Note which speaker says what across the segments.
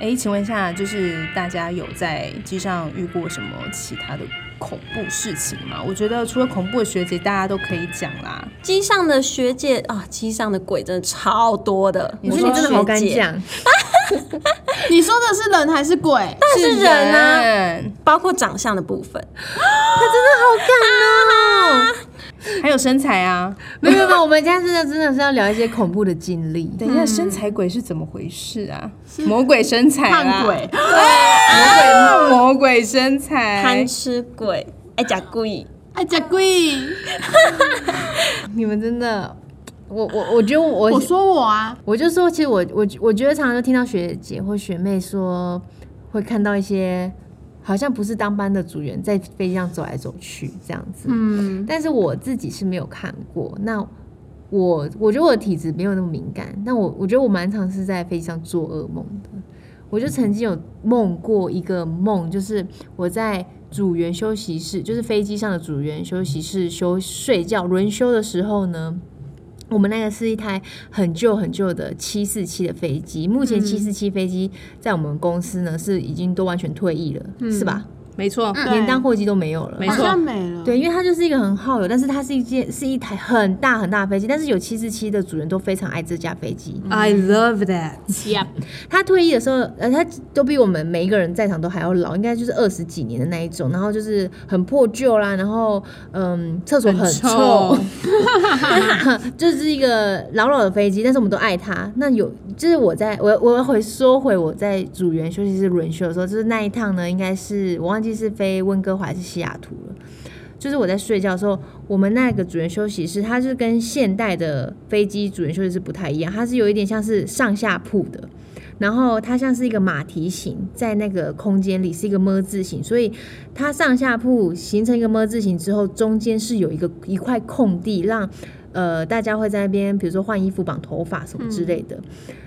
Speaker 1: 哎，请问一下，就是大家有在机上遇过什么其他的恐怖事情吗？我觉得除了恐怖的学姐，大家都可以讲啦。
Speaker 2: 机上的学姐啊，机上的鬼真的超多的。
Speaker 3: 你说你真的好敢
Speaker 2: 学姐，
Speaker 3: 讲，
Speaker 4: 你说的是人还是鬼？
Speaker 2: 但是人啊，
Speaker 1: 人
Speaker 2: 包括长相的部分，
Speaker 1: 还有身材啊。
Speaker 3: 没有没有没有，我们家真的真的是要聊一些恐怖的经历。
Speaker 1: 等一
Speaker 2: 嗯
Speaker 1: 下，身材鬼是怎么回事啊？魔鬼身材啦，
Speaker 4: 看鬼，
Speaker 1: 魔鬼魔鬼身材
Speaker 2: 贪。吃鬼，哎，假故意。
Speaker 4: 爱假鬼。
Speaker 3: 你们真的，我我我觉得我
Speaker 4: 我说我啊，
Speaker 3: 我就说，其实我我我觉得常常就听到学姐或学妹说，会看到一些好像不是当班的组员在飞机上走来走去这样子。
Speaker 4: 嗯，
Speaker 3: 但是我自己是没有看过。那我我觉得我的体质没有那么敏感，但我我觉得我蛮常是在飞机上做噩梦的。我就曾经有梦过一个梦，就是我在组员休息室，就是飞机上的组员休息室休睡觉轮休的时候呢。我们那个是一台很旧很旧的七四七的飞机，目前七四七飞机在我们公司呢是已经都完全退役了，是吧？
Speaker 1: 没错，
Speaker 4: 嗯
Speaker 3: 连当货机都没有了，
Speaker 1: 啊没
Speaker 4: 好
Speaker 1: 错
Speaker 4: 像没了。
Speaker 3: 对，因为它就是一个很耗油，但是它是一件是一台很大很大的飞机，但是有七四七的主人都非常爱这架飞机。
Speaker 1: 嗯
Speaker 2: 嗯
Speaker 4: ，I love that。
Speaker 1: Yep
Speaker 3: 他退役的时候，呃，他都比我们每一个人在场都还要老，应该就是二十几年的那一种，然后就是很破旧啦，然后嗯，厕所很臭，就是一个老老的飞机，但是我们都爱它。那有就是我在我我回说回我在组员休息室轮休的时候，就是那一趟呢，应该是我忘记是飞温哥华还是西雅图了。就是我在睡觉的时候，我们那个主人休息室，它是跟现代的飞机主人休息室不太一样，它是有一点像是上下铺的，然后它像是一个马蹄形，在那个空间里是一个么字形，所以它上下铺形成一个么字形之后，中间是有一个一块空地，让呃大家会在那边，比如说换衣服、绑头发什么之类的。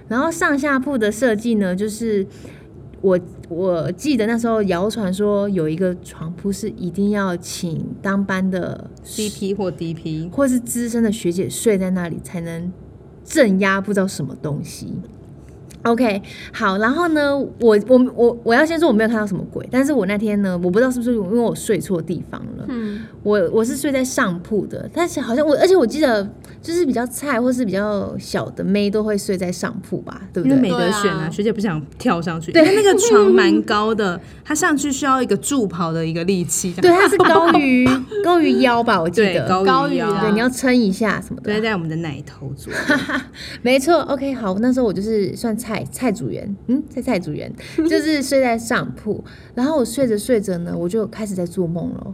Speaker 3: 然后上下铺的设计呢，就是我我记得那时候谣传说有一个床铺是一定要请当班的
Speaker 1: CP 或 DP，
Speaker 3: 或是资深的学姐睡在那里才能镇压不知道什么东西。OK，好，然后呢，我我我我要先说我没有看到什么鬼，但是我那天呢，我不知道是不是因为我睡错地方了，
Speaker 4: 嗯，
Speaker 3: 我我是睡在上铺的，但是好像我，而且我记得就是比较菜或是比较小的妹都会睡在上铺吧，对不
Speaker 1: 因为
Speaker 3: 对？
Speaker 1: 没得选
Speaker 4: 对
Speaker 1: 啊，
Speaker 4: 啊
Speaker 1: 学姐不想跳上去，因为那个床蛮高的，她上去需要一个助跑的一个力气，这
Speaker 3: 对，
Speaker 1: 样
Speaker 3: 它 是高于高于腰吧，我记
Speaker 1: 对
Speaker 3: 得。
Speaker 1: 高
Speaker 4: 高
Speaker 1: 于
Speaker 4: 于
Speaker 1: 腰
Speaker 4: 啊
Speaker 3: 对，你要撑一下什么的。
Speaker 1: 对，在我们的奶头左右，
Speaker 3: 没错，OK，好，那时候我就是算菜菜主员，嗯，菜菜主员，就是睡在上铺，然后我睡着睡着呢，我就开始在做梦了，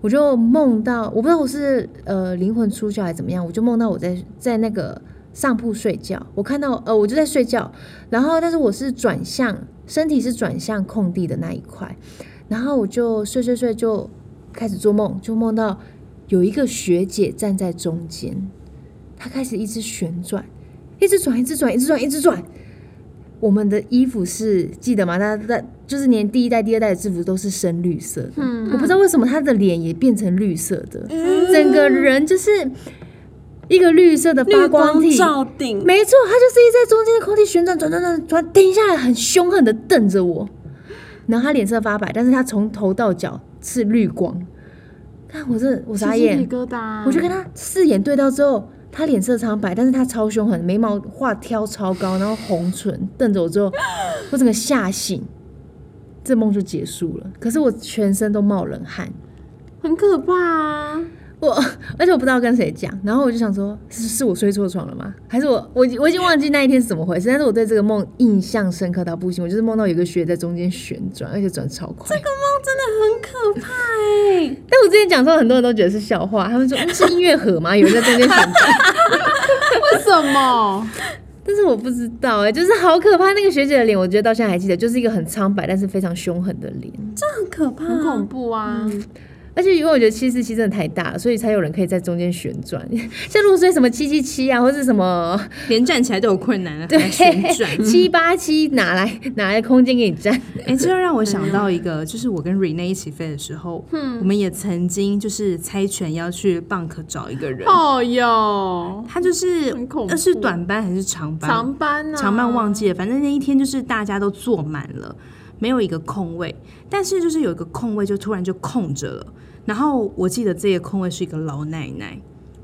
Speaker 3: 我就梦到，我不知道我是呃灵魂出窍还是怎么样，我就梦到我在在那个上铺睡觉，我看到呃我就在睡觉，然后但是我是转向，身体是转向空地的那一块，然后我就睡睡睡就开始做梦，就梦到有一个学姐站在中间，她开始一直旋转。一直转，一直转，一直转，一直转。我们的衣服是记得吗？大家在就是连第一代、第二代的制服都是深绿色的。
Speaker 2: 嗯
Speaker 3: 我不知道为什么他的脸也变成绿色的，整个人就是一个绿色的发
Speaker 2: 绿
Speaker 3: 光
Speaker 2: 光
Speaker 3: 体。
Speaker 2: 照顶，
Speaker 3: 没错，他就是一直在中间的空地旋转，转转转转，停下来，很凶狠的瞪着我。然后他脸色发白，但是他从头到脚是绿光。看我这，我傻
Speaker 4: 鸡
Speaker 3: 眼
Speaker 4: 皮。疙瘩。
Speaker 3: 我就跟他四眼对到之后，他脸色苍白，但是他超凶狠，眉毛画挑超高，然后红唇瞪着我之后，我整个吓醒，这梦就结束了。可是我全身都冒冷汗，
Speaker 4: 很可怕啊。
Speaker 3: 我而且我不知道跟谁讲，然后我就想说，是是我睡错床了吗？还是我我已经我已经忘记那一天是怎么回事？但是我对这个梦印象深刻到不行，我就是梦到有一个雪在中间旋转，而且转超
Speaker 2: 这
Speaker 3: 快。
Speaker 2: 个梦真的很可怕哎、
Speaker 3: 但我之前讲的时候，很多人都觉得是笑话，他们说、嗯、是音乐盒吗？有人在中间旋转。
Speaker 4: 为什 么？
Speaker 3: 但是我不知道哎、就是好可怕。那个学姐的脸，我觉得到现在还记得，就是一个很苍白但是非常凶狠的脸。
Speaker 2: 很可怕，
Speaker 1: 嗯
Speaker 4: 很恐怖啊！
Speaker 3: 而且因为我觉得七四七真的太大，所以才有人可以在中间旋转。 像如果说什么七七七啊，或是什么
Speaker 1: 连站起来都有困难了，还
Speaker 3: 对
Speaker 1: 旋转。
Speaker 3: 七八七，哪来哪来空间给你 站？
Speaker 1: 哎、这就让我想到一个，就是我跟 Rene 一起飞的时候，我们也曾经就是猜拳要去 Bank 找一个人，
Speaker 4: 哦哟，
Speaker 1: 他就是
Speaker 4: 很恐怖
Speaker 1: 那是短班还是长班？
Speaker 4: 长班啊，
Speaker 1: 长班忘记了，反正那一天就是大家都坐满了，没有一个空位，但是就是有一个空位就突然就空着了。然后我记得这个空位是一个老奶奶，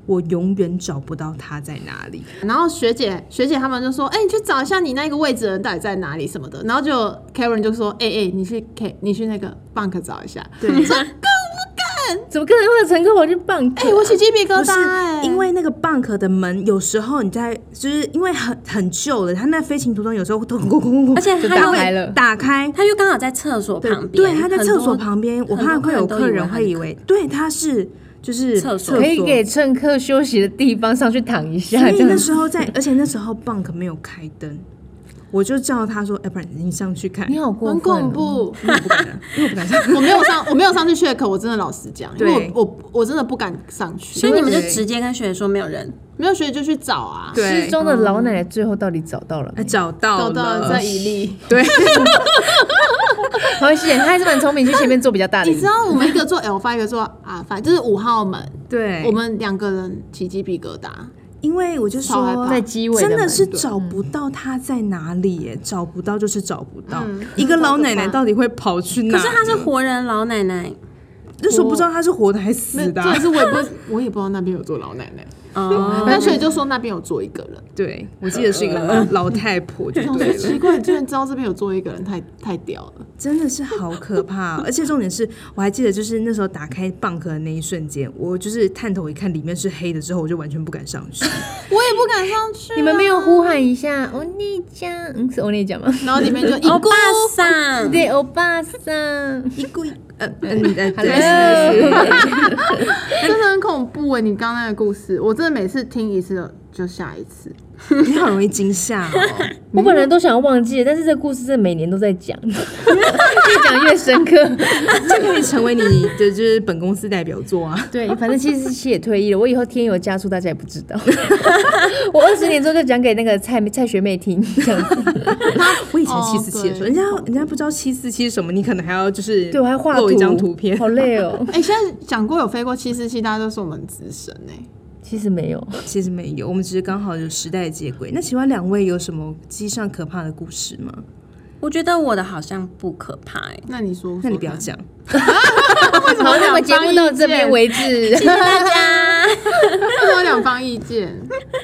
Speaker 1: 我永远找不到她在哪里。
Speaker 4: 然后学姐学姐他们就说：“哎、你去找一下你那个位置的人到底在哪里什么的。”然后就 Karen 就说：“哎、哎、你去 K 你去那个 bank 找一下。”
Speaker 1: 对，
Speaker 3: 怎么可能会有乘客跑去棒？
Speaker 4: 哎、我起鸡皮疙
Speaker 1: 不是
Speaker 4: 瘩、
Speaker 2: 欸
Speaker 4: 哎
Speaker 1: 因为那个 bank 的门，有时候你在就是因为很很旧了，它那飞行途中有时候咚咚咚咚咚，
Speaker 2: 而且
Speaker 1: 就
Speaker 2: 它
Speaker 1: 打
Speaker 2: 又
Speaker 1: 开
Speaker 3: 了
Speaker 1: 打开。
Speaker 2: 他就刚好在厕所
Speaker 1: 对
Speaker 2: 旁边，
Speaker 1: 对，他在
Speaker 2: 很
Speaker 1: 厕
Speaker 2: 多
Speaker 1: 所旁边，我
Speaker 2: 很多
Speaker 1: 怕会有
Speaker 2: 人都
Speaker 1: 客人会以
Speaker 2: 它
Speaker 1: 为，对，他是就是
Speaker 2: 厕所
Speaker 1: 所
Speaker 3: 可以给乘客休息的地方上去躺一下，
Speaker 1: 所
Speaker 3: 这
Speaker 1: 以那
Speaker 3: 样
Speaker 1: 时候在，而且那时候 bank 没有开灯，我就叫他说：“哎、不然你上去看。
Speaker 3: 你好过
Speaker 4: 很
Speaker 3: 分哦、
Speaker 4: 恐怖。
Speaker 1: 因为我不敢啊”因为我不敢上。
Speaker 4: 我没有上，我没有上去 check，我真的老实讲，因
Speaker 1: 对
Speaker 4: 为我我我真的不敢上去，
Speaker 2: 所以你们就
Speaker 1: 对
Speaker 2: 直接跟学姐说没有人，
Speaker 4: 没有学姐就去找啊，
Speaker 1: 对
Speaker 3: 失踪的老奶奶最后到底找到了
Speaker 1: 欸
Speaker 3: 没
Speaker 1: 哎？找到
Speaker 4: 找到
Speaker 1: 了，
Speaker 4: 在一例。
Speaker 1: 对，
Speaker 3: 好险，哎她还是蛮聪明，去前面坐比较 大的椅
Speaker 4: 你知
Speaker 3: 子。
Speaker 4: 道我们一个做 L 发，一个做 R 发，就是五号门，
Speaker 1: 对，
Speaker 4: 我们两个人起鸡皮疙瘩，
Speaker 1: 因为我就
Speaker 4: 超害
Speaker 1: 说
Speaker 4: 怕
Speaker 3: 在机尾的
Speaker 1: 真的
Speaker 3: 门
Speaker 1: 是
Speaker 3: 对
Speaker 1: 找不到他在哪里耶，找不到就是找不到。一个老奶奶到底会跑去哪？
Speaker 2: 可是她是活人老奶奶，
Speaker 1: 那时候不知道她是活的还是
Speaker 4: 那
Speaker 1: 死的啊、
Speaker 4: 重点是我也不我也不知道那边有做老奶奶，
Speaker 2: 哦，
Speaker 4: 但学姐就说那边有做一个人，
Speaker 1: 对，我记得是一个呃老太婆就
Speaker 4: 我
Speaker 1: 对
Speaker 4: 说
Speaker 1: 了。
Speaker 4: 奇怪，你居然知道这边有做一个人，太太屌了，
Speaker 1: 真的是好可怕哦、而且重点是我还记得，就是那时候打开蚌壳的那一瞬间，我就是探头一看，里面是黑的，之后我就完全不敢上去。
Speaker 4: 我也不敢上去，啊
Speaker 3: 你们没有呼喊一下欧尼酱？嗯，是欧 尼酱吗？
Speaker 4: 然后里面 就一
Speaker 2: 欧
Speaker 4: 咕
Speaker 2: 巴哦桑，
Speaker 3: 对，欧巴桑。
Speaker 1: 一故意 呃嗯呃，对，
Speaker 3: Hello，
Speaker 4: 真的很恐怖哎！你刚刚那个故事，我真的每次听一次就下一次。
Speaker 1: 你好容易惊吓哦。
Speaker 3: 我本来都想要忘记了，但是这个故事真的每年都在 讲， 越讲越深刻。
Speaker 1: 这可以成为你的就是本公司代表作啊。
Speaker 3: 对，反正七十七也退役了，我以后添油加醋，大家也不知道。 我二十年之后就讲给那个蔡蔡学妹听，这样子。
Speaker 1: 我以前
Speaker 4: 哦
Speaker 1: 七四七的时候，
Speaker 4: 对
Speaker 1: 人家人家不知道七四七是什么，你可能还要就是
Speaker 3: 对，我还画
Speaker 1: 露
Speaker 3: 图
Speaker 1: 一张图片。
Speaker 3: 好累哦。
Speaker 4: 哎、现在讲过有飞过七四七，大家都说我们资深哎、
Speaker 3: 其实没有，
Speaker 1: 其实没有，我们只是刚好有时代接轨。那请问两位有什么机上可怕的故事吗？
Speaker 2: 我觉得我的好像不可怕哎、
Speaker 4: 那你说说看
Speaker 1: 那你不要讲。
Speaker 3: 好，那么节目到这边为止。
Speaker 2: 谢谢大家。
Speaker 4: 为什么两方意见？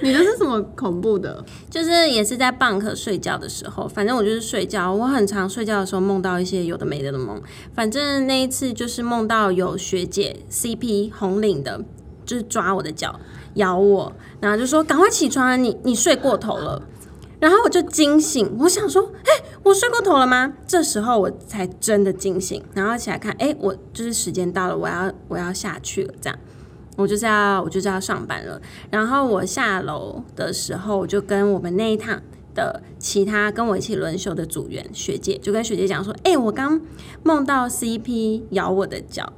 Speaker 4: 你的是什么恐怖的？
Speaker 2: 就是也是在蚌壳睡觉的时候，反正我就是睡觉，我很常睡觉的时候梦到一些有的没的的梦。反正那一次就是梦到有学姐 CP 红领的，就是抓我的脚咬我，然后就说赶快起床啊，你你睡过头了。然后我就惊醒，我想说，哎、我睡过头了吗？这时候我才真的惊醒，然后起来看，哎、我就是时间到了，我要我要下去了，这样，我就是要我就是要上班了。然后我下楼的时候，我就跟我们那一趟的其他跟我一起轮休的组员学姐，就跟学姐讲说：“哎、我刚梦到 CP 咬我的脚。”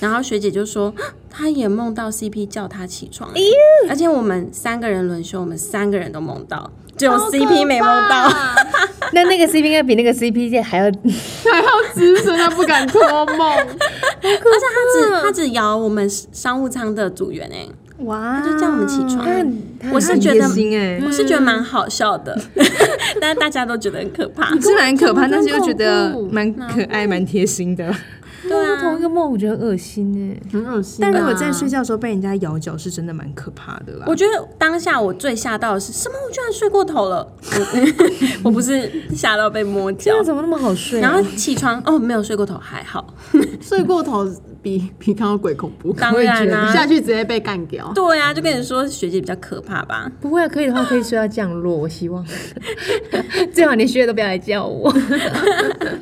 Speaker 2: 然后学姐就说：“啊她也梦到 CP 叫她起床、欸而且我们三个人轮休，我们三个人都梦到，只有 CP 没梦到。
Speaker 3: 那那个 CP 应该比那个 CP 界还要
Speaker 4: 还要资深，他不敢托梦。
Speaker 2: 她只她只咬我们商务舱的组员哎、
Speaker 1: 哇
Speaker 2: 就叫我们起床。我是
Speaker 1: 很
Speaker 2: 觉
Speaker 1: 贴
Speaker 2: 得
Speaker 1: 心哎
Speaker 2: 我是觉得蛮好笑的， 但大家都觉得很可怕。
Speaker 1: 是蛮可怕，
Speaker 4: 真
Speaker 1: 但是又
Speaker 4: 恐
Speaker 1: 觉得
Speaker 4: 怖
Speaker 1: 蛮可爱、蛮贴心的。
Speaker 2: 对啊，
Speaker 3: 同一个梦，我觉得很恶心哎。
Speaker 4: 很恶 心、啊
Speaker 1: 但如果在睡，觉的时候被人家咬脚，是真的蛮可怕的啦。
Speaker 2: 我觉得当下我最吓到的是什么？我居然睡过头了！我我不是吓到被摸脚
Speaker 3: 这，怎么那么好睡
Speaker 2: 然
Speaker 3: 啊？
Speaker 2: 后起床哦，没有睡过头，还好。
Speaker 4: 睡过头比比看到鬼恐怖，
Speaker 2: 当然啦、
Speaker 4: 下去直接被干掉。
Speaker 2: 对啊，就跟你说学姐比较可怕吧。
Speaker 3: 不会啊，可以的话可以睡到降落，我希望。 最好你学姐都不要来叫我。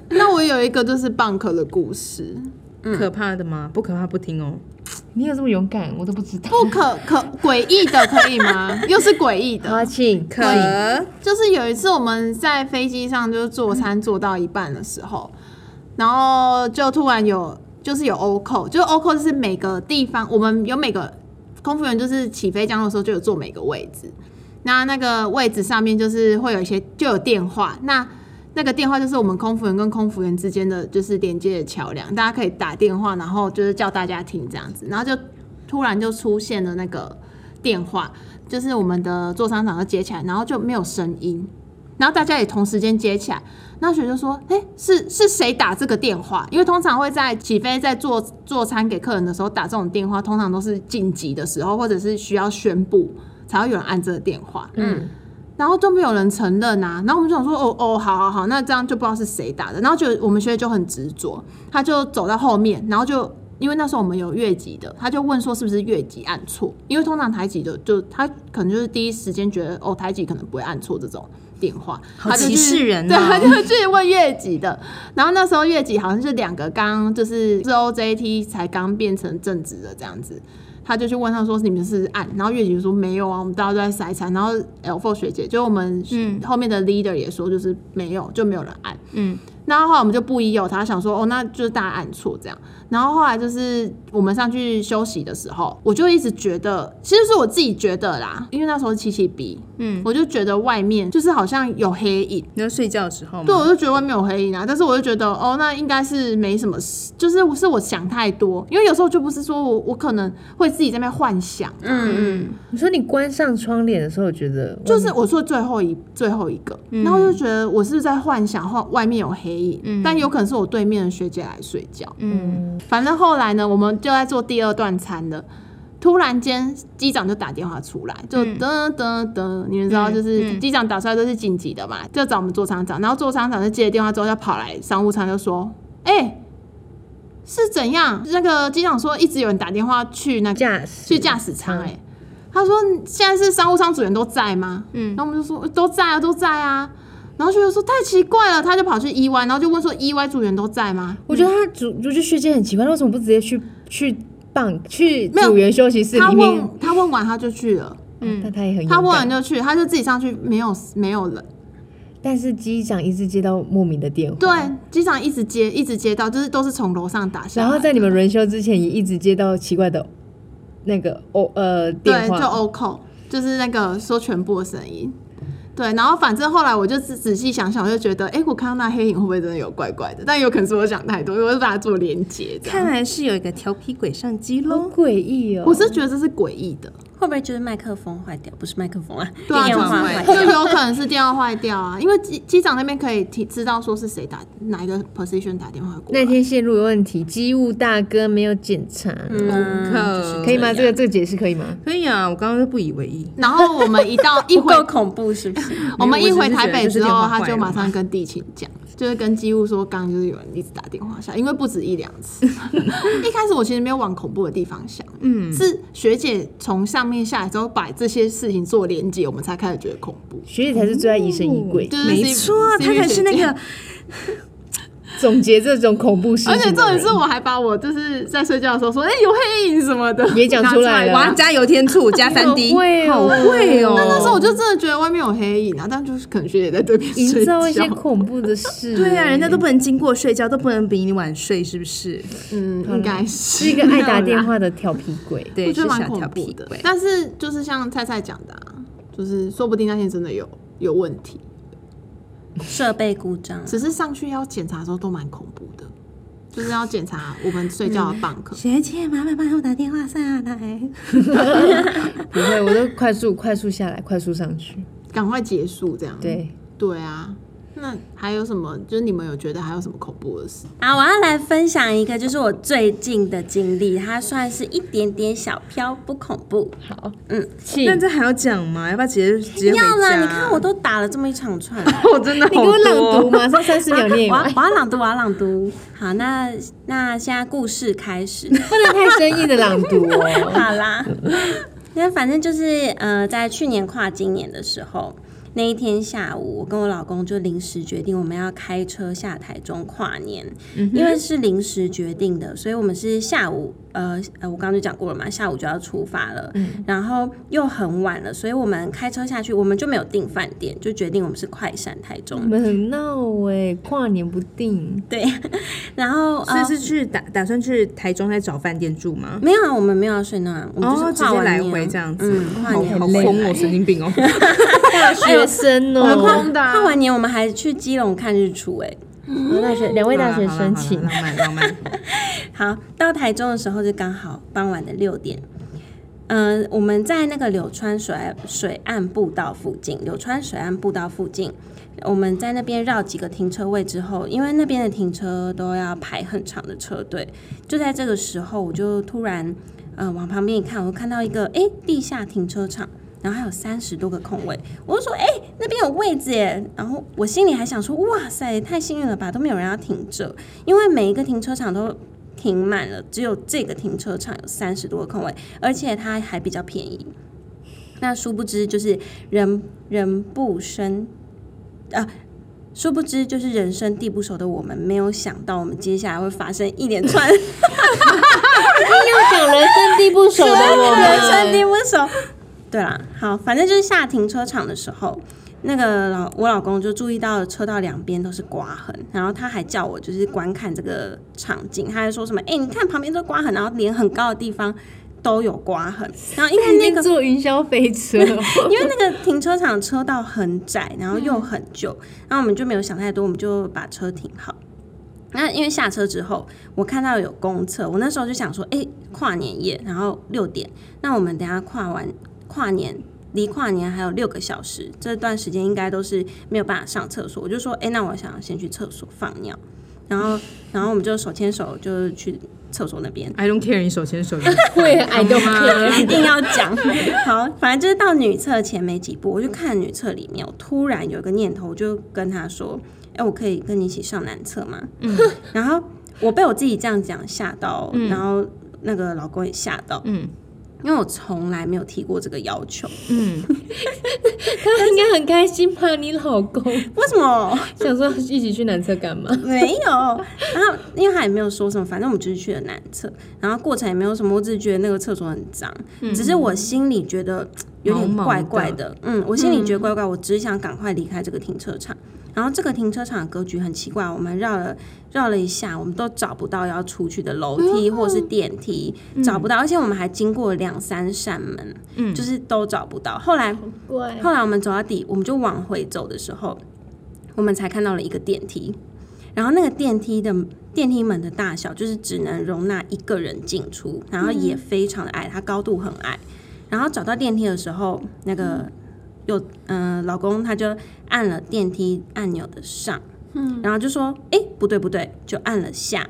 Speaker 4: 那我有一个就是蚌壳的故事，
Speaker 1: 可怕的吗？不可怕，不听哦。
Speaker 3: 你有这么勇敢，我都不知道。
Speaker 4: 不可可诡异的可以吗？又是诡异的，
Speaker 3: 好，请可
Speaker 4: 就是有一次我们在飞机上就是坐餐坐到一半的时候，然后就突然有就是有 O 扣，就是 O 扣就是每个地方我们有每个空服员就是起飞降落的时候就有坐每个位置，那那个位置上面就是会有一些就有电话，那那个电话就是我们空服员跟空服员之间的就是连接的桥梁，大家可以打电话，然后就是叫大家听这样子，然后就突然就出现了那个电话，就是我们的座商长就接起来，然后就没有声音，然后大家也同时间接起来，那学就说：“哎、是是谁打这个电话？因为通常会在起飞在做做餐给客人的时候打这种电话，通常都是紧急的时候，或者是需要宣布才会有人按这个电话。”嗯。然后都没有人承认啊，然后我们就想说，哦哦，好好好，那这样就不知道是谁打的。然后就我们学姐就很执着，他就走到后面，然后就因为那时候我们有越级的，他就问说是不是越级按错，因为通常台级的就他可能就是第一时间觉得哦台级可能不会按错这种电话，
Speaker 1: 好
Speaker 4: 他就
Speaker 1: 歧
Speaker 4: 去
Speaker 1: 视人
Speaker 4: 对，
Speaker 1: 哦
Speaker 4: 他就去问越级的。然后那时候越级好像是两个刚就是是 OJT 才刚变成正职的这样子，他就去问他说你们是不是按，然后月姐就说没有啊，我们大家都在筛餐。然后 L Four 学姐就我们
Speaker 1: 嗯
Speaker 4: 后面的 leader 也说就是没有，就没有人按。
Speaker 1: 嗯，
Speaker 4: 然后后来我们就不疑有他，想说哦，那就是大家按错这样。然后后来就是我们上去休息的时候，我就一直觉得，其实是我自己觉得啦，因为那时候七七 B，
Speaker 1: 嗯，
Speaker 4: 我就觉得外面就是好像有黑影。
Speaker 1: 你在睡觉的时候吗？
Speaker 4: 对，我就觉得外面有黑影啊，但是我就觉得哦，那应该是没什么事，就是是我想太多，因为有时候就不是说我我可能会自己在那边幻想，
Speaker 2: 嗯嗯，
Speaker 3: 你说你关上窗帘的时候，觉得
Speaker 4: 就是
Speaker 1: 嗯
Speaker 4: 我说最后一最后一个，然后就觉得我是不是在幻想后外面有黑影，但有可能是我对面的学姐来睡觉，
Speaker 1: 嗯，
Speaker 4: 反正后来呢，我们就在做第二段餐了。突然间，机长就打电话出来，就
Speaker 1: 嗯
Speaker 4: 噔噔噔，你们知道，
Speaker 1: 嗯
Speaker 4: 就是
Speaker 1: 嗯
Speaker 4: 机长打出来都是紧急的嘛，就找我们座舱长，然后座舱长就接了电话之后，就跑来商务舱就说：“哎、是怎样？那个机长说一直有人打电话去那个
Speaker 3: 驾驶
Speaker 4: 去驾驶
Speaker 3: 嗯
Speaker 4: 舱，哎，他说现在是商务舱组员都在吗？
Speaker 1: 嗯
Speaker 4: 然后我们就说都在啊，都在啊。然后就说太奇怪了，他就跑去 EY，然后就问说 EY 组员都在吗？
Speaker 3: 我觉得他主我觉得学姐很奇怪，她为什么不直接去去棒去
Speaker 4: 没有
Speaker 3: 组员休息室
Speaker 4: 他
Speaker 3: 里面
Speaker 4: 问？他问完他就去了，
Speaker 3: 嗯，但他也很勇
Speaker 4: 他
Speaker 3: 敢
Speaker 4: 问完就去，他就自己上去，没有没有人。
Speaker 3: 但是机长一直接到莫名的电话，
Speaker 4: 对，机长一直接一直接到，就是都是从楼上打下
Speaker 3: 嗯然
Speaker 4: 来，
Speaker 3: 后在你们轮休之前也一直接到奇怪的那个哦呃
Speaker 4: 对
Speaker 3: 电
Speaker 4: 就
Speaker 3: 话，
Speaker 4: O 扣，就是那个说全部的声音。对，然后反正后来我就仔仔细想想，我就觉得，哎、我看到那黑影会不会真的有怪怪的？但有可能是我想太多，因为我就把它做连接这
Speaker 1: 看
Speaker 4: 样。
Speaker 1: 来是有一个调皮鬼上机
Speaker 3: 好
Speaker 1: 喽。
Speaker 3: 诡异哦！
Speaker 4: 我是觉得这是诡异的，
Speaker 2: 会不会就是麦克风坏掉？不是麦克风啊，
Speaker 4: 对啊，
Speaker 2: 电话
Speaker 1: 就是
Speaker 2: 坏
Speaker 1: 会
Speaker 4: 就
Speaker 2: 掉。
Speaker 4: 有可能是电话坏掉啊，因为机机长那边可以提知道说是谁打哪一个 position 打电话过来
Speaker 3: 那。天线路有问题，机务大哥没有检查，
Speaker 2: 嗯，就是
Speaker 3: 可以吗？
Speaker 2: 样
Speaker 3: 这个这个解释可以吗？
Speaker 1: 可以啊，我刚刚都不以为意。
Speaker 4: 然后我们一 到一
Speaker 2: 不
Speaker 4: 回
Speaker 2: 够恐怖是不是？
Speaker 4: 我们一回台北之后，
Speaker 1: 我只是觉得就是电话坏了
Speaker 4: 他就马上跟地勤讲，就是跟机务说，刚刚就是有人一直打电话下，因为不止一两 次。一开始我其实没有往恐怖的地方想，嗯，是学姐从上面下来之后，把这些事情做连接，我们才开始觉得恐怖。
Speaker 3: 学姐才是最爱疑神疑鬼，
Speaker 4: 就是
Speaker 1: 没
Speaker 4: C-
Speaker 1: 错啊，
Speaker 4: C-
Speaker 1: 他才是那
Speaker 4: 学
Speaker 1: 个
Speaker 4: 姐。
Speaker 3: 总结这种恐怖事情的
Speaker 4: 而
Speaker 3: 人。
Speaker 4: 且重点是，我还把我就是在睡觉的时候说，哎、有黑影什么的，
Speaker 3: 也讲出来了
Speaker 1: 我要加油添醋， 加三 D，
Speaker 3: 好会哦
Speaker 1: 好会哦。
Speaker 4: 那那时候我就真的觉得外面有黑影啊，但就是可能学姐在对面
Speaker 3: 营
Speaker 4: 睡
Speaker 3: 造一些
Speaker 4: 觉，
Speaker 3: 恐怖的事。
Speaker 1: 对啊，人家都 不能经过睡觉，都不能比你晚睡，是不是？
Speaker 4: 嗯，应该是
Speaker 3: 是 一个爱打
Speaker 4: 没有
Speaker 3: 电
Speaker 4: 啦
Speaker 3: 话的调皮鬼。
Speaker 1: 对，
Speaker 4: 我
Speaker 1: 是
Speaker 4: 觉得蛮
Speaker 1: 小
Speaker 4: 恐
Speaker 1: 调
Speaker 4: 怖
Speaker 1: 皮
Speaker 4: 的
Speaker 1: 鬼。。
Speaker 4: 但是就是像菜菜讲的、啊，就是说不定那天真的有有问题，
Speaker 2: 设备故障，
Speaker 4: 只是上去要检查的时候都蛮恐怖的，就是要检查我们睡
Speaker 3: 嗯
Speaker 4: 觉的蚌壳。
Speaker 1: 学姐，麻烦帮我打电话上来。
Speaker 3: 不会，我都快速快速下来，快速上去。
Speaker 4: 赶快结束这样。
Speaker 3: 对，
Speaker 1: 嗯
Speaker 4: 对啊，那还有什么？就是你们有觉得还有什么恐怖的事？
Speaker 2: 啊，我要来分享一个，就是我最近的经历，它算是一点点小飘，不恐怖。
Speaker 3: 好，
Speaker 2: 嗯，
Speaker 3: 气
Speaker 1: 那这还要讲吗？要不要直接直接回
Speaker 2: 要啦，
Speaker 1: 家
Speaker 2: 你看我都打了这么一场串，
Speaker 1: 我真的好
Speaker 3: 你给我朗
Speaker 1: 多
Speaker 3: 读，马上三十秒念
Speaker 2: 我要
Speaker 3: 完，
Speaker 2: 我要朗读，我要朗读。 好，那那现在故事开始。
Speaker 3: 不能太生硬的朗读哦。
Speaker 2: 好啦，那反正就是呃，在去年跨今年的时候，那一天下午，我跟我老公就临时决定我们要开车下台中跨年，
Speaker 1: 嗯
Speaker 2: 因为是临时决定的，所以我们是下午，呃呃，我刚刚就讲过了嘛，下午就要出发了，
Speaker 1: 嗯
Speaker 2: 然后又很晚了，所以我们开车下去，我们就没有订饭店，就决定我们是快闪台
Speaker 3: 我
Speaker 2: 中，
Speaker 1: 嗯
Speaker 3: 们很闹哎、跨年不定，
Speaker 2: 对， 然后
Speaker 1: 所以
Speaker 2: 呃。
Speaker 1: 是去打打算去台中再找饭店住吗？
Speaker 2: 没有啊，我们没有要睡那儿，我们就
Speaker 1: 哦，
Speaker 2: 是
Speaker 1: 直
Speaker 2: 跨
Speaker 1: 接
Speaker 2: 完
Speaker 1: 来
Speaker 2: 年
Speaker 1: 回这样子，
Speaker 2: 嗯，跨
Speaker 1: 好
Speaker 2: 年
Speaker 1: 好
Speaker 2: 回
Speaker 1: 疯
Speaker 2: 来
Speaker 1: 哦，神经 病哦。
Speaker 3: 大学生哦、
Speaker 4: 很空的啊
Speaker 2: 跨。完年我们还去基隆看日出、欸，
Speaker 3: 好大学两位大学生请
Speaker 1: 好啦好啦浪漫浪漫。
Speaker 2: 好，到台中的时候就刚好傍晚的六点。嗯、我们在那个柳川水岸水岸步道附近，柳川水岸步道附近，我们在那边绕几个停车位之后，因为那边的停车都要排很长的车队，就在这个时候，我就突然呃往旁边一看，我就看到一个诶地下停车场。然后还有三十多个空位，我就说，诶，那边有位置耶！然后我心里还想说，哇塞，太幸运了吧，都没有人要停这，因为每一个停车场都停满了，只有这个停车场有三十多个空位，而且它还比较便宜。那殊不知就是人人不生，啊，殊不知就是人生地不熟的我们，没有想到我们接下来会发生一连串
Speaker 3: 又讲人生地不熟的我
Speaker 2: 人生
Speaker 3: 们，
Speaker 2: 地不熟。对啦，好，反正就是下停车场的时候，那个老我老公就注意到车道两边都是刮痕，然后他还叫我就是观看这个场景，他还说什么：“哎、你看旁边这个刮痕，然后连很高的地方都有刮痕。”然后因为那个
Speaker 3: 坐云霄 飞 车，
Speaker 2: 因为那个停车场车道很窄，然后又很旧，然后我们就没有想太多，我们就把车停好。那因为下车之后，我看到有公厕，我那时候就想说，哎、跨年夜，然后六点，那我们等一下跨完跨年，离跨年还有六个小时，这段时间应该都是没有办法上厕所。我就说，哎、那我想要先去厕所放尿，然后然后我们就手牵手就去厕所那边，
Speaker 1: I don't care，你手牵手。
Speaker 3: 会啊 I don't
Speaker 2: 一
Speaker 3: care。
Speaker 2: 定要讲。好，反正就是到女厕前没几步，我就看女厕里面，我突然有一个念头，我就跟他说：“哎、我可以跟你一起上男厕吗？”嗯，然后我被我自己这样讲吓到，然后那个老公也吓到，嗯
Speaker 1: 嗯，
Speaker 2: 因为我从来没有提过这个要求，
Speaker 3: 他应该很开心吧？你老公
Speaker 2: 为什么？
Speaker 3: 想说一起去男厕干嘛？
Speaker 2: 没有。然后因为他也没有说什么，反正我们就是去了男厕，然后过程也没有什么，我只是觉得那个厕所很脏，只是我心里觉得嘖有点
Speaker 1: 嗯毛毛
Speaker 2: 怪
Speaker 1: 的
Speaker 2: 怪的。嗯，我心里觉得怪怪，我只想赶快离开这个停车场。然后这个停车场的格局很奇怪，我们绕了绕了一下，我们都找不到要出去的楼梯
Speaker 1: 嗯
Speaker 2: 或是电梯，找不到，而且我们还经过了两三扇门，
Speaker 1: 嗯
Speaker 2: 就是都找不到。后来
Speaker 1: 哦
Speaker 3: 怪
Speaker 2: 后来我们走到底，我们就往回走的时候，我们才看到了一个电梯，然后那个电梯的电梯门的大小就是只能容纳一个人进出，然后也非常的矮，它高度很矮。然后找到电梯的时候，那个又嗯、老公他就按了电梯按钮的上，嗯，然后就说哎、诶不对不对，就按了下。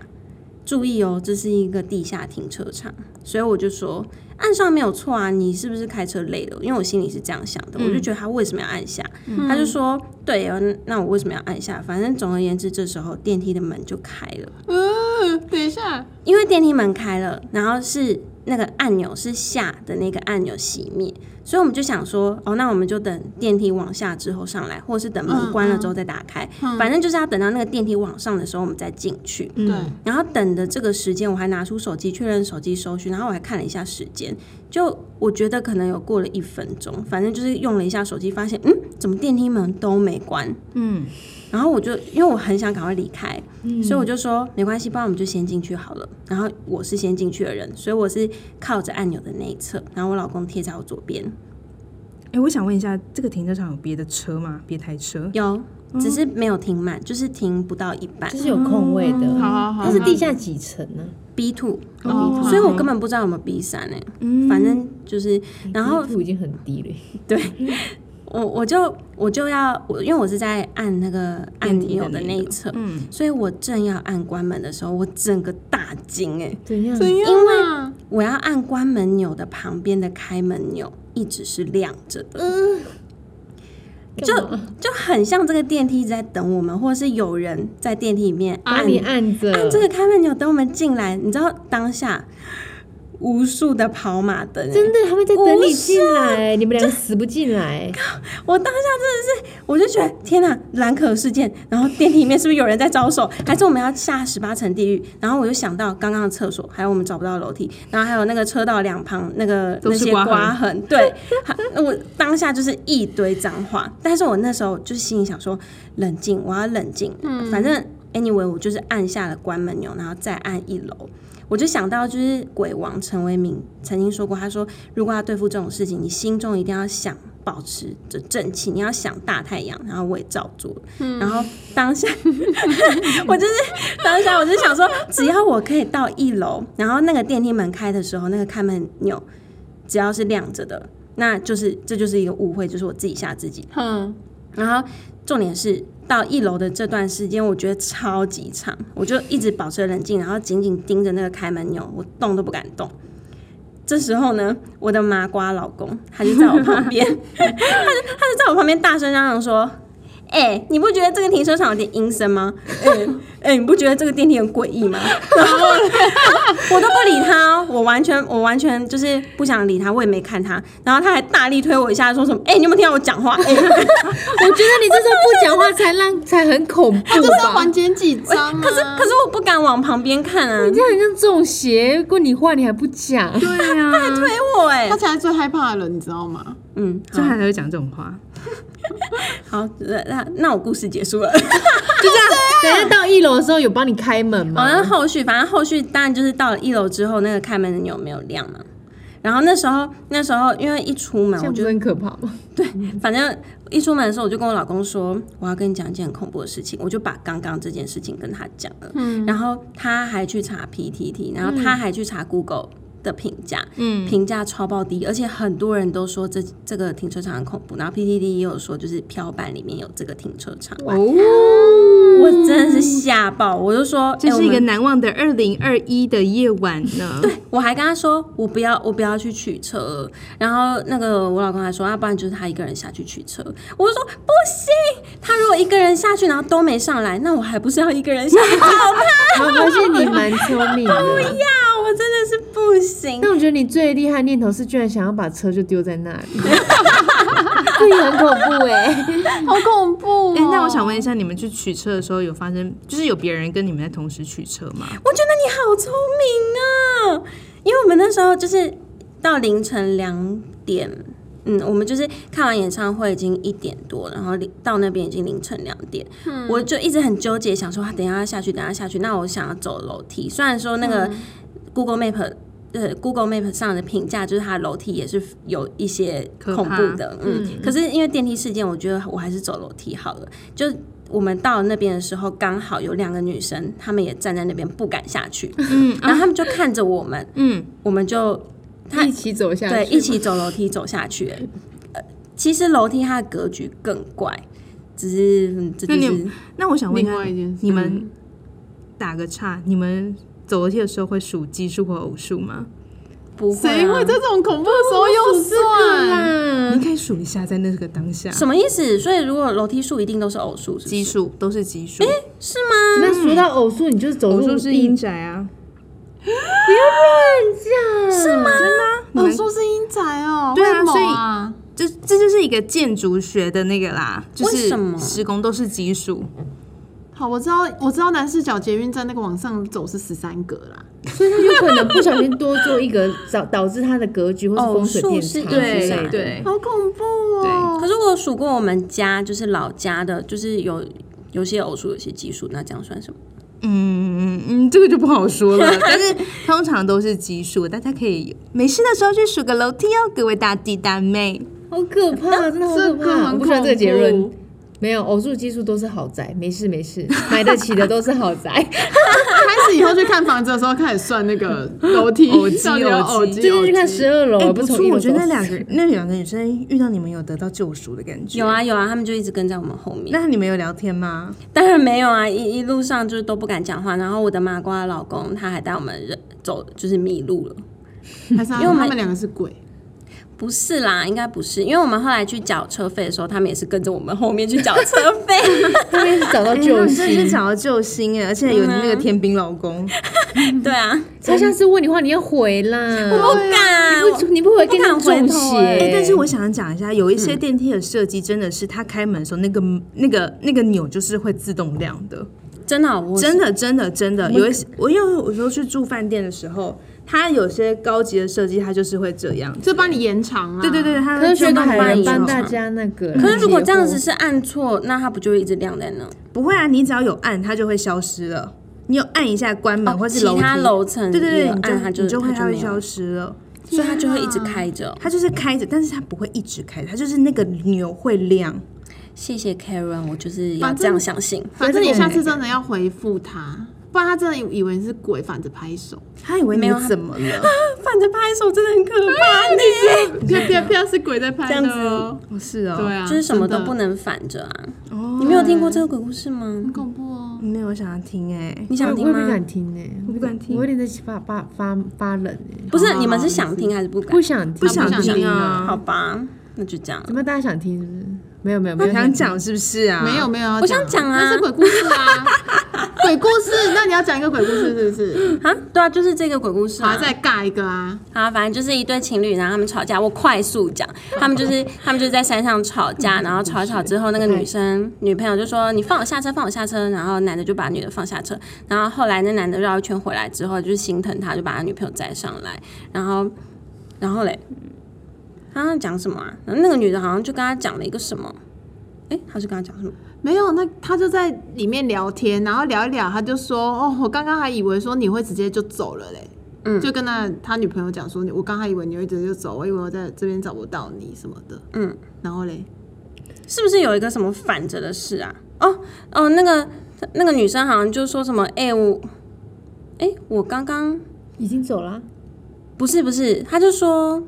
Speaker 2: 注意哦，这是一个地下停车场，所以我就说按上没有错啊，你是不是开车累了？因为我心里是这样想的，我就觉得他为什么要按下？他就说对哦，那我为什么要按下？反正总而言之，这时候电梯的门就开了。
Speaker 4: 嗯，等一下，
Speaker 2: 因为电梯门开了，然后是那个按钮是下的那个按钮熄灭，所以我们就想说，哦，那我们就等电梯往下之后上来，或是等门关了之后再打开，反正就是要等到那个电梯往上的时候我们再进去。
Speaker 4: 对，
Speaker 2: 然后等的这个时间，我还拿出手机确认手机搜寻，然后我还看了一下时间，就我觉得可能有过了一分钟，反正就是用了一下手机，发现嗯，怎么电梯门都没关？
Speaker 1: 嗯，
Speaker 2: 然后我就因为我很想赶快离开，
Speaker 3: 嗯
Speaker 2: 所以我就说没关系，不然我们就先进去好了。然后我是先进去的人，所以我是靠着按钮的那一侧，然后我老公贴在我左边，
Speaker 1: 哎，我想问一下，这个停车场有别的车吗？别台车？
Speaker 2: 有，只是没有停满，就是停不到一半
Speaker 3: 哦
Speaker 2: 哦
Speaker 3: 就是有空位
Speaker 1: 嗯
Speaker 3: 的。
Speaker 4: 好好好，
Speaker 3: 它是地下几层啊呢？
Speaker 2: ，B two，
Speaker 1: 哦
Speaker 2: 所以我根本不知道有没有 B 三呢、
Speaker 3: 嗯
Speaker 2: 反正就是，然后
Speaker 3: 度已经很低了，
Speaker 2: 我我就我就要我，因为我是在按那个按
Speaker 3: 电梯的
Speaker 2: 钮的
Speaker 3: 那嗯
Speaker 2: 那一侧，所以我正要按关门的时候，我整个大惊哎、
Speaker 3: 怎样？
Speaker 4: 怎样啊？
Speaker 2: 我要按关门钮的旁边的开门钮一直是亮着的，就
Speaker 3: 干嘛
Speaker 2: 就很像这个电梯一直在等我们，或者是有人在电梯里面
Speaker 3: 把
Speaker 2: 按
Speaker 3: 啊你按着，
Speaker 2: 按这个开门钮等我们进来。你知道当下无数的跑马灯、欸，
Speaker 3: 真的，他们在等你进来，你们两个死不啊进来。
Speaker 2: 我当下真的是，我就觉得天哪，蓝可事件，然后电梯里面是不是有人在招手？还是我们要下十八层地狱？然后我就想到刚刚的厕所，还有我们找不到楼梯，然后还有那个车道两旁那个
Speaker 4: 都
Speaker 2: 那
Speaker 4: 是
Speaker 2: 些
Speaker 4: 刮痕
Speaker 2: 刮痕，对，还我当下就是一堆脏话。但是我那时候就是心里想说，冷静，我要冷静。嗯，反正 anyway，我就是按下了关门钮，然后再按一楼。我就想到，就是鬼王陈为民曾经说过，他说如果要对付这种事情，你心中一定要想保持着正气，你要想大太阳。然后我也照做了，然后当下 我就是当下我就想说，只要我可以到一楼，然后那个电梯门开的时候，那个开门钮只要是亮着的，那就是这就是一个误会，就是我自己吓自己。
Speaker 4: 哼，
Speaker 2: 然后重点是到一楼的这段时间，我觉得超级长，我就一直保持冷静，然后紧紧盯着那个开门钮，我动都不敢动。这时候呢，我的麻瓜老公他就在我旁边，他就他就在我旁边大声嚷嚷说：“哎、你不觉得这个停车场有点阴森吗？哎、哎、你不觉得这个电梯很诡异吗？”然后我都不理他、哦，我完全我完全就是不想理他，我也没看他。然后他还大力推我一下，说什么：“哎、你有没有听到我讲话？”哎、
Speaker 3: 我觉得你这时候不讲话才让才很恐怖
Speaker 4: 他就是要
Speaker 3: 吧？
Speaker 4: 还钱几张啊？
Speaker 2: 可是可是我不敢往旁边看啊，
Speaker 3: 你这样很像中邪，如果你话你还不讲，
Speaker 1: 对啊，
Speaker 2: 推我哎、
Speaker 4: 他才是最害怕的人，你知道吗？
Speaker 2: 嗯，
Speaker 1: 就还会讲这种话。
Speaker 2: 好，呃那那我故事结束了。
Speaker 3: 就这样。等一下到一楼的时候有帮你开门
Speaker 2: 好，
Speaker 3: 吗
Speaker 2: 那？后续反正后续当然就是到了一楼之后，那个开门的钮没有亮嘛。然后那时候那时候因为一出门
Speaker 3: 这
Speaker 2: 我
Speaker 3: 样不
Speaker 2: 就是
Speaker 3: 很可怕 吗？
Speaker 2: 反正一出门的时候，我就跟我老公说，我要跟你讲一件很恐怖的事情，我就把刚刚这件事情跟他讲了。嗯，然后他还去查 PTT，然后他还去查 Google 的评价，嗯，评价超爆低，而且很多人都说这这个停车场很恐怖，然后 PTT 也有说就是漂板里面有这个停车场，
Speaker 1: 哦，
Speaker 2: 我真的是吓爆，我就说
Speaker 1: 这
Speaker 2: 哎
Speaker 1: 是一
Speaker 2: 我
Speaker 1: 个
Speaker 2: 们
Speaker 1: 难忘的二零二一的夜晚呢。 对，
Speaker 2: 我还跟他说，我不要，我不要去取车。然后那个我老公还说，啊要、不然就是他一个人下去取车。我就说不行，他如果一个人下去，然后都没上来，那我还不是要一个人下去找他？
Speaker 3: 我发现你蛮聪明 的。
Speaker 2: 我真的是不行。
Speaker 3: 但我觉得你最厉害的念头是，居然想要把车就丢在那 里，这也很恐怖哎、
Speaker 4: 好恐怖！
Speaker 1: 哎、那我想，问一下，你们去取车的时候有发生，就是有别人跟你们在同时取车吗？
Speaker 2: 我觉得你好聪明啊，因为我们那时候就是到凌晨两点。嗯，我们就是看完演唱会已经一点多，然后到那边已经凌晨两点，
Speaker 1: 嗯
Speaker 2: 我就一直很纠结，想说啊等一下要下去，等一下下去。那我想要走楼梯，虽然说那个
Speaker 1: 嗯
Speaker 2: Google Map 呃 Google Map 上的评价就是它楼梯也是有一些
Speaker 1: 可
Speaker 2: 恐
Speaker 1: 怕
Speaker 2: 怖的，嗯，可是因为电梯事件，我觉得我还是走楼梯好了。就我们到那边的时候，刚好有两个女生，她们也站在那边不敢下去，
Speaker 1: 嗯
Speaker 2: 然后她们就看着我们，
Speaker 1: 嗯，
Speaker 2: 我们就他
Speaker 3: 一起走下去，
Speaker 2: 对，一起走楼梯走下去。呃，其实楼梯它的格局更怪，只是、嗯、这就
Speaker 1: 那你
Speaker 2: 是
Speaker 1: 那我想问一
Speaker 4: 另外一件
Speaker 1: 下
Speaker 4: 事，
Speaker 1: 你们打个岔，你们走楼梯的时候会数奇数或偶数吗？
Speaker 2: 不会、啊。
Speaker 4: 谁会在这种恐怖的时候用算？
Speaker 1: 你可以数一下，在那个当下，
Speaker 2: 什么意思？所以如果楼梯数一定都是偶数，是不
Speaker 1: 奇
Speaker 2: 是？
Speaker 1: 数都是奇数，
Speaker 3: 那说到偶数，你就是走
Speaker 1: 偶
Speaker 3: 入
Speaker 1: 数是阴宅啊。
Speaker 3: 是吗？
Speaker 1: 你们
Speaker 4: 哦，说是阴宅哦，
Speaker 1: 对啊
Speaker 4: 为什么
Speaker 1: 所以
Speaker 4: 啊
Speaker 1: 这这就是一个建筑学的那个啦，就
Speaker 2: 为
Speaker 1: 是
Speaker 2: 什么
Speaker 1: 施工都是奇数，
Speaker 4: 好，我知道，我知道南市角捷运站那个往上走是十三格啦。
Speaker 3: 所以他有可能不小心多做一个，导导致他的格局或是风水
Speaker 2: 偶数
Speaker 3: 变
Speaker 2: 是
Speaker 3: 差
Speaker 2: 一对
Speaker 3: 之类的。
Speaker 1: 哦对，
Speaker 4: 好恐怖哦！
Speaker 2: 可是我有数过我们家，就是老家的，就是有有些偶数，有些奇数，那这样算什么？
Speaker 1: 嗯嗯嗯，这个就不好说了， 但是通常都是奇数，大家可以没事的时候去数个楼梯哦，各位大弟大妹。
Speaker 3: 好可怕，真的好可
Speaker 4: 这个很
Speaker 3: 怕！我不喜欢这个结
Speaker 4: 恐
Speaker 3: 论
Speaker 4: 怖。
Speaker 3: 没有，偶数基数都是豪宅，没事没事， 买得起的都是 豪宅。
Speaker 4: 开始以后去看房子的时候，开始算那个楼梯，
Speaker 1: 偶机
Speaker 4: 到底有偶
Speaker 1: 偶
Speaker 4: 机，
Speaker 1: 机
Speaker 3: 最近去看
Speaker 4: 偶机
Speaker 3: 十二楼，
Speaker 1: 哎，
Speaker 3: 不
Speaker 1: 不
Speaker 3: 是
Speaker 1: 错
Speaker 3: 从一，楼
Speaker 1: 我觉得
Speaker 3: 走
Speaker 1: 那两 个那两个女生遇到你们有得到救赎的感觉。
Speaker 2: 有，啊有啊，他们就一直跟在我们后面。
Speaker 1: 那你们有聊天吗？
Speaker 2: 当然没有啊，一一路上就是都不敢讲话。然后我的麻瓜老公他还带我们人走，就是迷路了。
Speaker 4: 还是他
Speaker 2: 因为我们
Speaker 4: 他们两个是鬼，
Speaker 2: 不是啦，应该不是，因为我们后来去缴车费的时候，他们也是跟着我们后面去缴车费。
Speaker 3: 那边找到
Speaker 1: 哎
Speaker 3: 救
Speaker 1: 你真的
Speaker 3: 星
Speaker 1: 是。找到救星哎，而且有你那个天兵老公，
Speaker 2: 对啊，
Speaker 3: 他下次问你话，你要回啦。
Speaker 2: 不敢，
Speaker 3: 不，你不回跟
Speaker 2: 我
Speaker 3: 他
Speaker 2: 不敢回
Speaker 3: 中
Speaker 2: 头
Speaker 3: 邪、
Speaker 2: 哎
Speaker 1: 哎、嗯但是我想讲一下，有一些电梯的设计真的是，它开门的时候那个那个那个钮就是会自动亮的，
Speaker 2: 真的好啊窝心，
Speaker 1: 真的真的真的有一些，我因为我有时候去住饭店的时候，它有些高级的设计它就是会这样。
Speaker 4: 就帮你延长啊。
Speaker 1: 对对对，它
Speaker 3: 科学
Speaker 1: 就帮
Speaker 3: 凯
Speaker 1: 你
Speaker 3: 人
Speaker 1: 移
Speaker 3: 哎
Speaker 1: 动
Speaker 3: 帮大家那个。
Speaker 2: 可是如果这样子，是按错，那它不就会一直亮在那？
Speaker 1: 不会啊，你只要有按，它就会消失了。你有按一下关门、或是
Speaker 2: 其
Speaker 1: 哦楼
Speaker 2: 他
Speaker 1: 梯，
Speaker 2: 楼层
Speaker 1: 对对
Speaker 2: 也
Speaker 1: 对，
Speaker 2: 有
Speaker 1: 你
Speaker 2: 按它
Speaker 1: 就你
Speaker 2: 它
Speaker 1: 会它
Speaker 2: 就
Speaker 1: 会
Speaker 2: 没有
Speaker 1: 消，失了。
Speaker 2: 所以它就会一直开着。
Speaker 1: 它就是开着，但是它不会一直开着，它就是那个钮会亮。
Speaker 2: 谢谢 Karen，我就是要
Speaker 4: 反
Speaker 2: 这
Speaker 4: 正
Speaker 2: 样相信。
Speaker 4: 反正你下次真的要回复他，不然他真的以为你是鬼，反着拍手，
Speaker 1: 他以为
Speaker 2: 没
Speaker 1: 你
Speaker 2: 有它
Speaker 1: 怎么了？
Speaker 2: 反着拍手真的很可怕，你
Speaker 4: 飘 飘飘是鬼在拍
Speaker 2: 这
Speaker 4: 的
Speaker 2: 样
Speaker 4: 哦。
Speaker 1: 哦是哦，
Speaker 4: 对啊，
Speaker 2: 就是什么都
Speaker 4: 真的
Speaker 2: 不能反着啊！
Speaker 1: 哦，
Speaker 2: 你没有听过这个鬼故事吗
Speaker 4: 很？恐怖哦。
Speaker 1: 没有想要听哎、
Speaker 2: 你
Speaker 3: 我
Speaker 2: 想
Speaker 3: 也
Speaker 2: 听
Speaker 3: 不
Speaker 2: 吗？
Speaker 3: 敢听呢、
Speaker 1: 我不敢听
Speaker 3: 我有点在发发发发冷哎、
Speaker 2: 不是，
Speaker 4: 好
Speaker 2: 你们
Speaker 4: 好
Speaker 2: 是想听还是不敢
Speaker 3: 不？想听，
Speaker 1: 不想
Speaker 4: 不想
Speaker 1: 听
Speaker 4: 听
Speaker 1: 啊
Speaker 4: 啊，
Speaker 2: 好吧，那就这样。
Speaker 3: 怎么大家想听是不是？没有没有没有
Speaker 1: 不想讲是不是啊？
Speaker 4: 没有，没有要，
Speaker 2: 我想讲啊
Speaker 4: 那是鬼故事啊， 鬼故事。那你要讲一个鬼故事是不是？
Speaker 2: 啊，对啊，就是这个鬼故事
Speaker 4: 好，
Speaker 2: 啊。
Speaker 4: 再尬一个啊。
Speaker 2: 啊，反正就是一对情侣，然后他们吵架。我快速讲，他们就是他们就是在山上吵架，然后吵一吵之后，那个女生女朋友就说：“你放我下车，放我下车。”然后男的就把女的放下车，然后后来那男的绕一圈回来之后，就是心疼他，就把他女朋友载上来，然后然后嘞，他讲什么啊？然后那个女的好像就跟他讲了一个什么。哎，他是跟他讲什么？
Speaker 4: 没有，那他就在里面聊天，然后聊一聊，他就说：“哦，我刚刚还以为说你会直接就走了嘞。”
Speaker 2: 嗯
Speaker 4: 就跟他他女朋友讲说：“你我刚还以为你会直接就走，我以为我在这边找不到你什么的。”
Speaker 2: 嗯，
Speaker 4: 然后嘞，
Speaker 2: 是不是有一个什么反着的事啊？哦哦，那个那个女生好像就说什么，哎、我，哎、我刚刚
Speaker 3: 已经走了啊、
Speaker 2: 不是不是，她就说，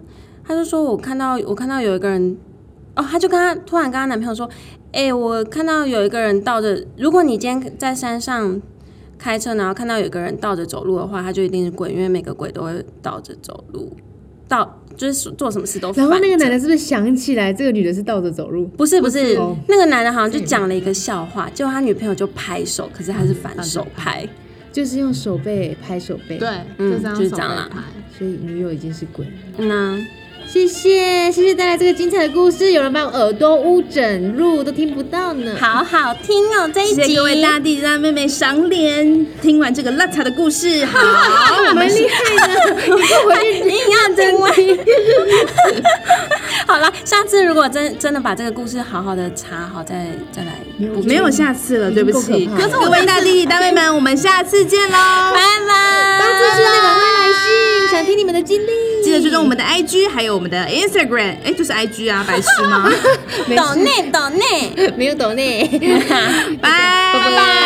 Speaker 2: 她就说我看到我看到有一个人，哦，她就跟她突然跟她男朋友说，哎、我看到有一个人倒着，如果你今天在山上开车，然后看到有一个人倒着走路的话，他就一定是鬼，因为每个鬼都会倒着走路，倒就是做什么事都反
Speaker 3: 然
Speaker 2: 着。
Speaker 3: 后那个男的是不是想起来这个女的是倒着走路？
Speaker 2: 不是不是
Speaker 3: 哦，
Speaker 2: 那个男的好像就讲了一个笑话，结果他女朋友就拍手，可是他是反手拍，
Speaker 3: 就是用手背拍手背，，
Speaker 4: 对，
Speaker 2: 嗯
Speaker 4: 就这样
Speaker 2: 就是
Speaker 4: 手
Speaker 2: 这样
Speaker 4: 背
Speaker 2: 啦
Speaker 4: 拍
Speaker 3: 所以女友已经是鬼了。
Speaker 2: 嗯呐、
Speaker 3: 谢谢谢谢大家这个精彩的故事，有人把我耳朵捂整路都听不到呢。
Speaker 2: 好好听哦这一
Speaker 1: 谢
Speaker 2: 集。
Speaker 1: 谢各位大弟大妹妹赏脸，听完这个邋遢的故事，好，我们厉害的，
Speaker 2: 你也要真听。 好了，下次如果真真的把这个故事好好的查好，再再来补充
Speaker 1: 没有下次了，
Speaker 3: 已
Speaker 1: 对
Speaker 3: 经
Speaker 1: 不
Speaker 3: 够
Speaker 1: 起，
Speaker 3: 可怕了
Speaker 1: 各位大弟弟大妹们，我们下次见喽
Speaker 2: 拜。拜。
Speaker 3: 发出去的赶快来信，想听你们的经历。
Speaker 1: 记得追踪我们的 IG，还有我们的 Instagram，哎，就是 IG 啊，白痴吗？
Speaker 3: 没
Speaker 2: 抖
Speaker 3: 事，
Speaker 2: 内抖内。
Speaker 3: 没有抖内。
Speaker 1: 拜拜。